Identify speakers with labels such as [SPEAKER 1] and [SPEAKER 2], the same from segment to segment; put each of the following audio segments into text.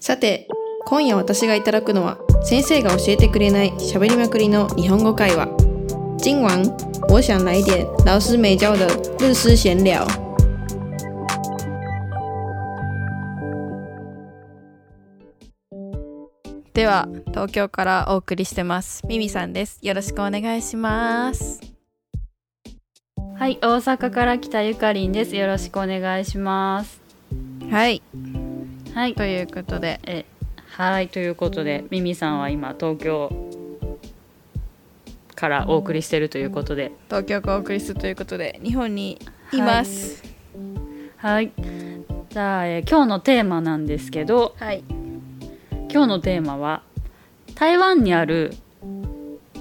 [SPEAKER 1] さて今夜私がいただくのは先生が教えてくれない喋りまくりの日本語会話今晚我想来点老师没教的日式闲聊
[SPEAKER 2] では東京からお送りしてますミミさんですよろしくお願いします
[SPEAKER 3] はい、大阪から来たゆかりんです。よろしくお願いします。
[SPEAKER 2] はい
[SPEAKER 3] はい、
[SPEAKER 2] ということで
[SPEAKER 3] え、はい、ということで、ミミさんは今東京。からお送りしてるということで、
[SPEAKER 2] 東京からお送りするということで日本にいます
[SPEAKER 3] はい。じゃあ、えー今日のテーマなんですけど、
[SPEAKER 2] はい、
[SPEAKER 3] 今日のテーマは。台湾にある。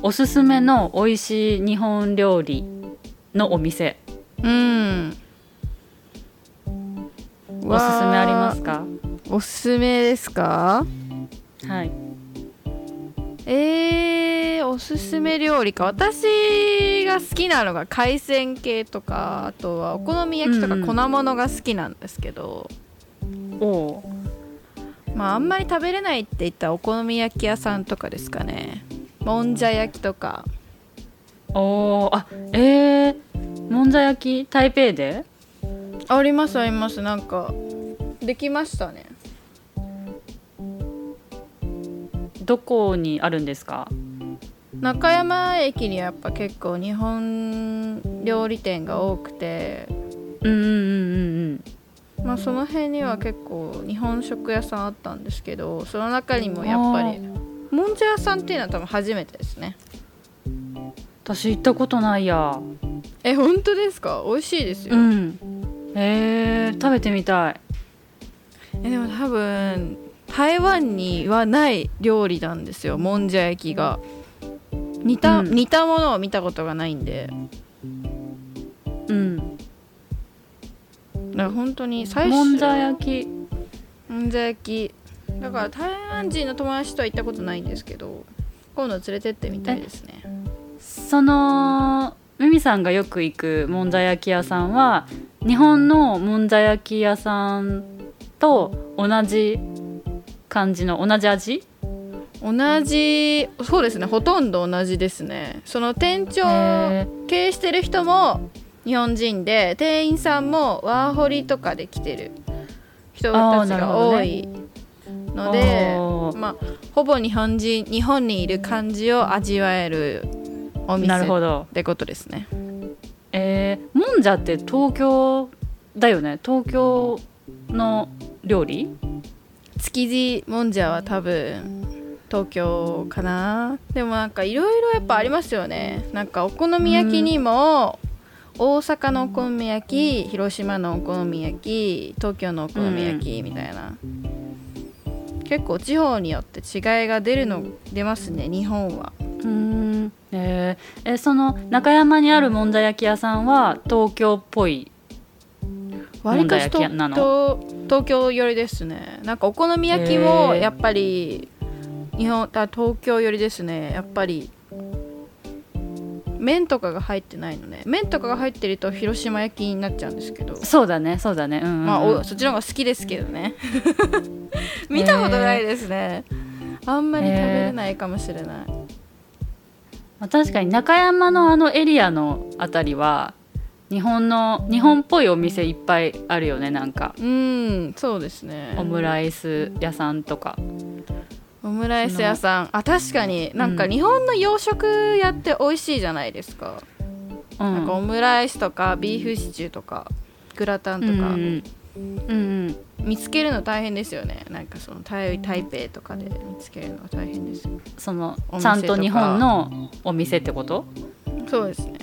[SPEAKER 3] おすすめの美味しい日本料理。のお店。
[SPEAKER 2] うんおすす
[SPEAKER 3] おすすめありますか。
[SPEAKER 2] おすすめですか
[SPEAKER 3] はい。
[SPEAKER 2] えー、おすすめ料理か私が好きなのが海鮮系とかあとはお好み焼きとか
[SPEAKER 3] うんうん
[SPEAKER 2] 粉物が好きなんですけど、
[SPEAKER 3] おおー。
[SPEAKER 2] まああんまり食べれないって言ったらお好み焼き屋さんとかですかねもんじゃ焼きとか
[SPEAKER 3] おーあえー、もんじゃ焼き台北で
[SPEAKER 2] ありますありますなんかできましたね
[SPEAKER 3] どこにあるんですか
[SPEAKER 2] 中山駅にやっぱ結構日本料理店が多くて
[SPEAKER 3] うんうんうんうん
[SPEAKER 2] まあその辺には結構日本食屋さんあったんですけどその中にもやっぱ
[SPEAKER 3] あ
[SPEAKER 2] りもんじゃ屋さんっていうのは多分初めてですね
[SPEAKER 3] 私行ったことないや
[SPEAKER 2] え本当ですか美味しいですよ、
[SPEAKER 3] うんえー、食べてみたい
[SPEAKER 2] えでも多分台湾にはない料理なんですよもんじゃ焼きが似た,、
[SPEAKER 3] うん
[SPEAKER 2] 似たものを見たことがないんで
[SPEAKER 3] うん
[SPEAKER 2] だから本当に最初
[SPEAKER 3] もんじゃ焼き
[SPEAKER 2] もんじゃ焼きだから台湾人の友達とは行ったことないんですけど今度連れてってみたいですね
[SPEAKER 3] そのミミさんがよく行くもんじゃ焼き屋さんは日本のもんじゃ焼き屋さんと同じ感じの同じ味
[SPEAKER 2] 同じそうですねほとんど同じですねその店長
[SPEAKER 3] へ
[SPEAKER 2] 経営してる人も日本人で店員さんもワーホリとかで来てる人たちが多いので、
[SPEAKER 3] おー
[SPEAKER 2] まあ、ほぼ日本人日本にいる感じを味わえるお店
[SPEAKER 3] なるほ
[SPEAKER 2] っ
[SPEAKER 3] ど
[SPEAKER 2] てことですね
[SPEAKER 3] えー、もんじゃって東京だよね東京の料理
[SPEAKER 2] 築地もんじゃは多分東京かなでもなんかいろいろやっぱありますよねなんかお好み焼きにも、大阪のお好み焼き広島のお好み焼き東京のお好み焼きみたいな、結構地方によって違いが出るの出ますね日本は
[SPEAKER 3] うんえーえその中山にあるもんじゃ焼き屋さんは東京っぽい
[SPEAKER 2] 割りかし
[SPEAKER 3] もんじゃ
[SPEAKER 2] と
[SPEAKER 3] 焼きなの
[SPEAKER 2] と東京寄りですねなんかお好み焼きも
[SPEAKER 3] へー
[SPEAKER 2] やっぱり日本あ東京寄りですねやっぱり麺とかが入ってないのね麺とかが入ってると広島焼きになっちゃうんですけど、
[SPEAKER 3] そうだねそうだねうんうんうん、
[SPEAKER 2] まあ、おそっちの方が好きですけどね 見たことないですね、あんまり食べれないかもしれない、
[SPEAKER 3] まあ確かに中山のあのエリアのあたりは日本の日本っぽいお店いっぱいあるよねなんか
[SPEAKER 2] うんそうですね
[SPEAKER 3] オムライス屋さんとか
[SPEAKER 2] オムライス屋さんあ確かになんか日本の洋食屋って美味しいじゃないですか、
[SPEAKER 3] う
[SPEAKER 2] なん
[SPEAKER 3] ん
[SPEAKER 2] かオムライスとかビーフシチューとかグラタンとか、
[SPEAKER 3] うんうんうん
[SPEAKER 2] 見つけるの大変ですよねなんかその台台北とかで見つけるのが大変ですよね
[SPEAKER 3] その
[SPEAKER 2] お店とか
[SPEAKER 3] ちゃんと日本のお店ってこと
[SPEAKER 2] そうですね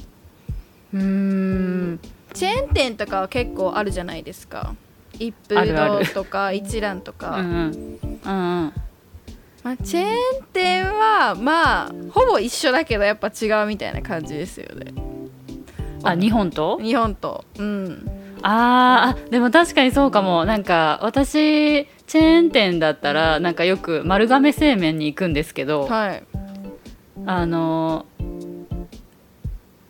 [SPEAKER 3] うーん
[SPEAKER 2] チェーン店とかは結構あるじゃないですか一
[SPEAKER 3] あ
[SPEAKER 2] 風
[SPEAKER 3] るあ
[SPEAKER 2] 堂
[SPEAKER 3] る
[SPEAKER 2] とか一蘭とか
[SPEAKER 3] うんうんうんうん
[SPEAKER 2] まあ、チェーン店はまあほぼ一緒だけどやっぱ違うみたいな感じですよね
[SPEAKER 3] あ日本と
[SPEAKER 2] 日本とうん
[SPEAKER 3] あーあでも確かにそうかもなんか私チェーン店だったらなんかよく丸亀製麺に行くんですけど、
[SPEAKER 2] はい
[SPEAKER 3] あのー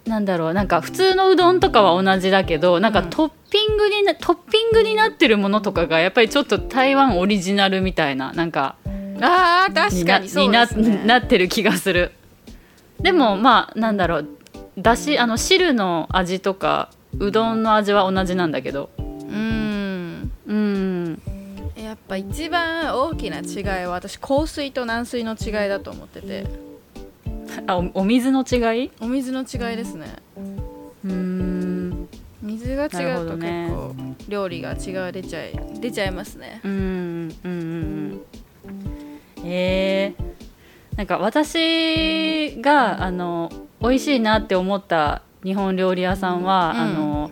[SPEAKER 3] なんだろうなんか普通のうどんとかは同じだけどなんか
[SPEAKER 2] うん
[SPEAKER 3] トッピングにな、トッピングになってるものとかがやっぱりちょっと台湾オリジナルみたいななんか
[SPEAKER 2] あー確かにそうです
[SPEAKER 3] にな
[SPEAKER 2] ね
[SPEAKER 3] になってる気がするでもまあなんだろうだしあの汁の味とかうどんの味は同じなんだけど
[SPEAKER 2] うん
[SPEAKER 3] うん
[SPEAKER 2] やっぱ一番大きな違いは私硬水と軟水の違いだと思ってて
[SPEAKER 3] あおお水の違い
[SPEAKER 2] お水の違いですね
[SPEAKER 3] うん
[SPEAKER 2] 水が違
[SPEAKER 3] なるほ
[SPEAKER 2] う
[SPEAKER 3] ど
[SPEAKER 2] と
[SPEAKER 3] ね
[SPEAKER 2] 結構料理が違う出ちゃい出ちゃいます ね
[SPEAKER 3] うんうんうんうんえー、なんか私があの美味しいなって思った日本料理屋さんは、
[SPEAKER 2] うん
[SPEAKER 3] あの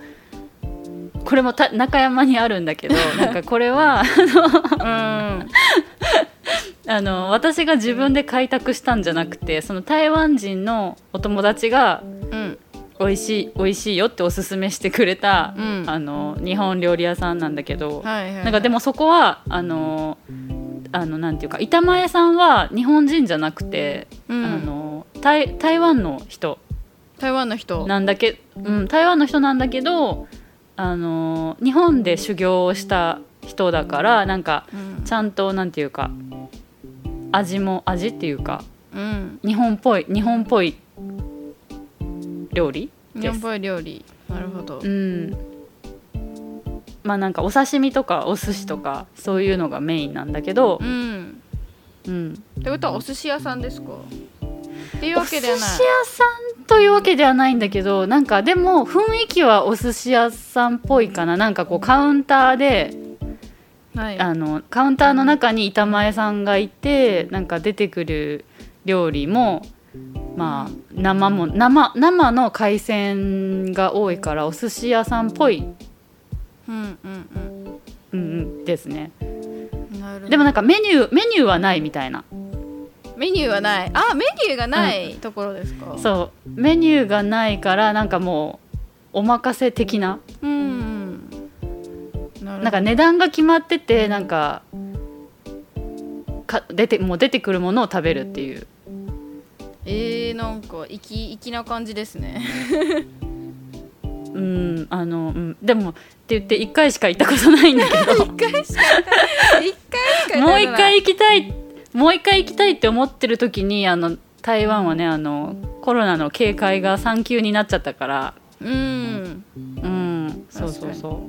[SPEAKER 3] これもた中山にあるんだけ どなんかこれは
[SPEAKER 2] うん
[SPEAKER 3] あの私が自分で開拓したんじゃなくてその台湾人のお友達が
[SPEAKER 2] うん
[SPEAKER 3] 美味しい美味しいよっておすすめしてくれた、
[SPEAKER 2] うん
[SPEAKER 3] あの日本料理屋さんなんだけど、
[SPEAKER 2] はいはい
[SPEAKER 3] なんかでもそこはあのあのなんていうか板前さんは日本人じゃなくて、
[SPEAKER 2] うん
[SPEAKER 3] あの台台湾の人
[SPEAKER 2] 台湾の人
[SPEAKER 3] なんだけ、うん、台湾の人なんだけどあの日本で修行をした人だからなんか
[SPEAKER 2] うん
[SPEAKER 3] ちゃんとなんていうか味も味っていうか
[SPEAKER 2] うん
[SPEAKER 3] 日本っぽい日本っぽい料理
[SPEAKER 2] 日
[SPEAKER 3] で
[SPEAKER 2] 本っ
[SPEAKER 3] す。
[SPEAKER 2] ぽい料理なるほど
[SPEAKER 3] うんまあなんかお刺身とかお寿司とかそういうのがメインなんだけど
[SPEAKER 2] う、ん
[SPEAKER 3] うん、
[SPEAKER 2] ってことはお寿司屋さんですかっていう
[SPEAKER 3] お
[SPEAKER 2] わ
[SPEAKER 3] 寿
[SPEAKER 2] け
[SPEAKER 3] 司
[SPEAKER 2] では
[SPEAKER 3] 屋
[SPEAKER 2] ない
[SPEAKER 3] さんというわけではないんだけどなんかでも雰囲気はお寿司屋さんっぽいかななんかこうカウンターで
[SPEAKER 2] はい
[SPEAKER 3] あのカウンターの中に板前さんがいてなんか出てくる料理もまあ生も生生の海鮮が多いからお寿司屋さんっぽい、
[SPEAKER 2] うんうん
[SPEAKER 3] うんうん、ですね
[SPEAKER 2] うんなるほど
[SPEAKER 3] でもなんかメニューメニューはないみたいな
[SPEAKER 2] メニューはないあメニューがないところですか
[SPEAKER 3] そうメニューがないからなんかもうお任せ的な
[SPEAKER 2] うんうんなるほど
[SPEAKER 3] なんか値段が決まっててなんかか出てもう出てくるものを食べるっていう
[SPEAKER 2] えー、なんか粋粋な感じですね
[SPEAKER 3] うんあの、うん、でもって言って1回しか行ったことないんだけど
[SPEAKER 2] 一回しか一回しか
[SPEAKER 3] もう一回行きたいもう一回行きたいって思ってる時にあの台湾はねあのコロナの警戒が3級になっちゃったから
[SPEAKER 2] うん
[SPEAKER 3] うんそうそうそ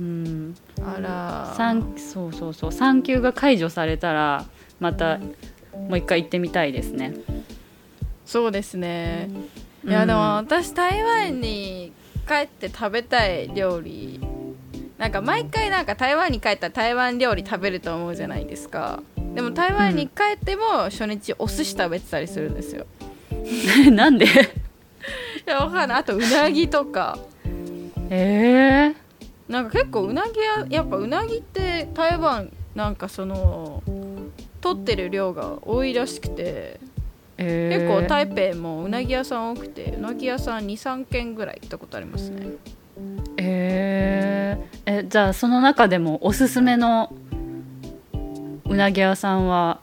[SPEAKER 3] ううん
[SPEAKER 2] あら
[SPEAKER 3] 三そうそうそう3級が解除されたらまたもう一回行ってみたいですね
[SPEAKER 2] そうですねいや
[SPEAKER 3] うん
[SPEAKER 2] でも私台湾に帰って食べたい料理なんか毎回なんか台湾に帰ったら台湾料理食べると思うじゃないですかでも台湾に帰っても初日お寿司食べてたりするんですよ
[SPEAKER 3] な んで
[SPEAKER 2] いやわかんないあとうなぎとか
[SPEAKER 3] ええ
[SPEAKER 2] なんか結構うなぎややっぱうなぎって台湾なんかその取ってる量が多いらしくて結
[SPEAKER 3] 結
[SPEAKER 2] 構台北もうなぎ屋さん多くてうなぎ屋さん23軒ぐらい行ったことありますね
[SPEAKER 3] えーえじゃあその中でもおすすめのうなぎ屋さんは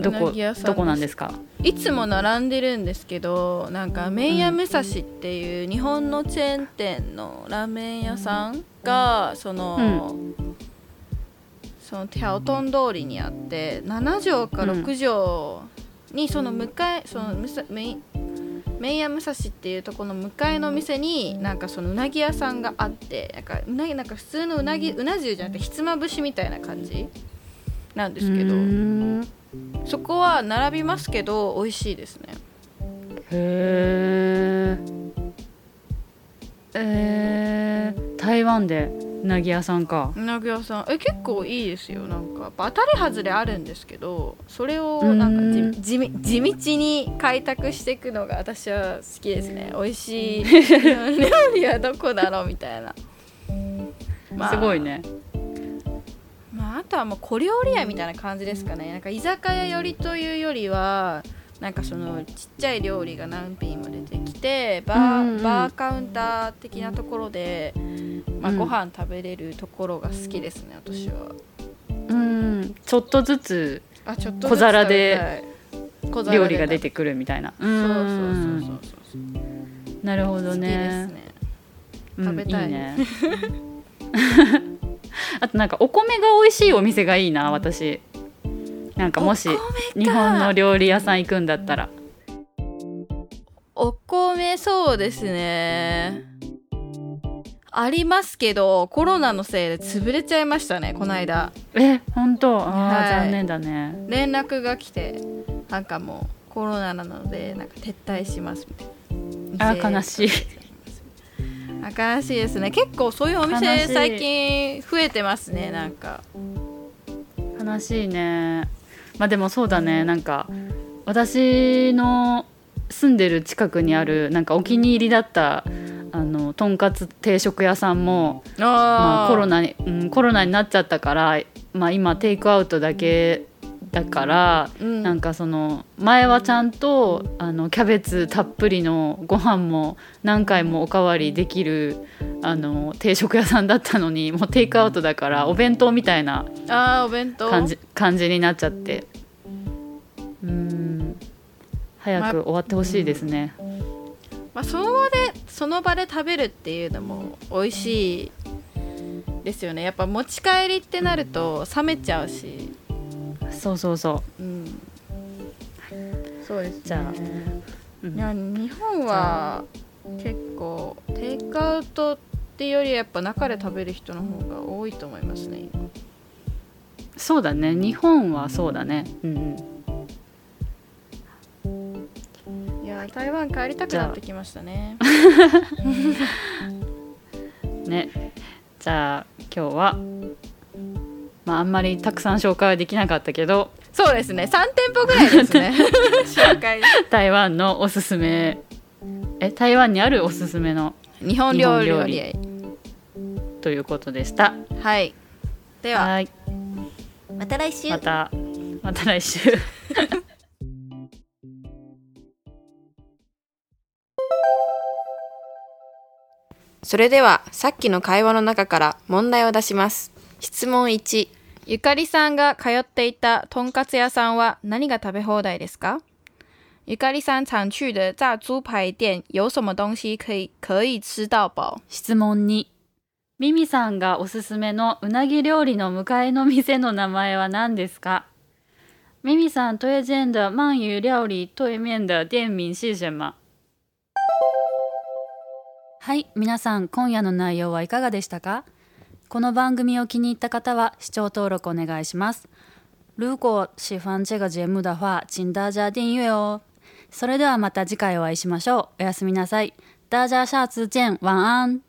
[SPEAKER 3] ど
[SPEAKER 2] うな
[SPEAKER 3] こ
[SPEAKER 2] ぎ屋さんです
[SPEAKER 3] どこなんですか
[SPEAKER 2] いつも並んでるんですけどなんか麺屋武蔵っていう日本のチェーン店のラーメン屋さんがその、そのテャオトン通りにあって7畳か6畳にその向かいそのむさ麺麺屋武蔵っていうところの向かいのお店になんかそのうなぎ屋さんがあってなんかうなぎなんか普通のうなぎうな重じゃなくてひつまぶしみたいな感じなんですけど。
[SPEAKER 3] うーんへ
[SPEAKER 2] そこは並びますけど美味しいですね
[SPEAKER 3] ええー台湾でうなぎ屋さんか
[SPEAKER 2] うなぎ屋さんえ結構いいですよなんか当たり外れあるんですけどそれを
[SPEAKER 3] うん
[SPEAKER 2] なんかじ地味地道に開拓していくのが私は好きですね美味し い料理はどこだろうみたいな、まあ
[SPEAKER 3] すごいね
[SPEAKER 2] まあ、あとはもう小料理屋みたいな感じですかねなんか居酒屋寄りというよりはなんかそのちっちゃい料理が何品も出てきてバー,、
[SPEAKER 3] うんうん
[SPEAKER 2] バーカウンター的なところで、まあ、
[SPEAKER 3] うん
[SPEAKER 2] ご飯食べれるところが好きですね、私は
[SPEAKER 3] うんちょっとずつ
[SPEAKER 2] あちょっと
[SPEAKER 3] 小皿で
[SPEAKER 2] ずつ食べたい小皿
[SPEAKER 3] 料理が出
[SPEAKER 2] て
[SPEAKER 3] てくるみたいな
[SPEAKER 2] そうそうそうそうそう
[SPEAKER 3] なるほど
[SPEAKER 2] 好きです
[SPEAKER 3] ね
[SPEAKER 2] ね
[SPEAKER 3] うん
[SPEAKER 2] 食べたい
[SPEAKER 3] ね あとなんかお米が美味しいお店がいいな私なんかもし
[SPEAKER 2] お
[SPEAKER 3] 日本の料理屋さん行くんだったら
[SPEAKER 2] お米そうですねありますけどコロナのせいで潰れちゃいましたねこの間
[SPEAKER 3] え本当あー、
[SPEAKER 2] はい
[SPEAKER 3] 残念だね
[SPEAKER 2] 連絡が来てなんかもうコロナなのでなんか撤退しますみた
[SPEAKER 3] あ
[SPEAKER 2] いな
[SPEAKER 3] ー悲しい
[SPEAKER 2] あ悲しいですね結構そういうお
[SPEAKER 3] 悲
[SPEAKER 2] 店
[SPEAKER 3] しい
[SPEAKER 2] 最近増えてますねなんか
[SPEAKER 3] 悲しいねまあでもそうだねなんか私の住んでる近くにあるなんかお気に入りだったあのとんかつ定食屋さんも、
[SPEAKER 2] あー、
[SPEAKER 3] まあ、コロナに、うん、コロナになっちゃったから、まあ、今テイクアウトだけだから、
[SPEAKER 2] うん
[SPEAKER 3] なんかその前はちゃんとあのキャベツたっぷりのご飯も何回もおかわりできるあの定食屋さんだったのにもうテイクアウトだからお弁当みたいな
[SPEAKER 2] あーお弁当
[SPEAKER 3] 感じ感じになっちゃってうーん早く終わってほしいですね、
[SPEAKER 2] まあ、その場でその場で食べるっていうのも美味しいですよねやっぱ持ち帰りってなると冷めちゃうし、
[SPEAKER 3] そうそうそ
[SPEAKER 2] うん、そうです、ね、
[SPEAKER 3] じゃあう、うん
[SPEAKER 2] いや日本は結構テイクアウトっていうよりやっぱ中で食べる人の方が多いと思いますね今
[SPEAKER 3] そうだね日本はそうだねうんうん
[SPEAKER 2] いや台湾帰りたくなってきましたね
[SPEAKER 3] ねじゃあ今日はまああんまりたくさん紹介はできなかったけ ど
[SPEAKER 2] そうですね3店舗ぐらいですね 紹介
[SPEAKER 3] 台湾のおすすめえ台湾にあるおすすめの
[SPEAKER 2] 日本料理
[SPEAKER 3] 日本料理ということでした
[SPEAKER 2] はいでは
[SPEAKER 3] はい
[SPEAKER 2] また来週
[SPEAKER 3] またまた来週
[SPEAKER 1] それではさっきの会話の中から問題を出します質問1
[SPEAKER 2] ゆかりさんが通っていたとんかつ屋さんは何が食べ放題ですかゆかりさん常去的炸猪排店有什么东西可以可以吃到饱？
[SPEAKER 3] 質問2ミミさんがおすすめのうなぎ料理の向かいの店の名前は何ですかミミさん推薦的鳗鱼料理对面的店名是什么はい、皆さん今夜の内容はいかがでしたかこの番組を気に入った方は視聴登録お願いします。如果喜欢这个节目的话，请大家订阅哦。それではまた次回お会いしましょう。おやすみなさい。大家下次见。晚安。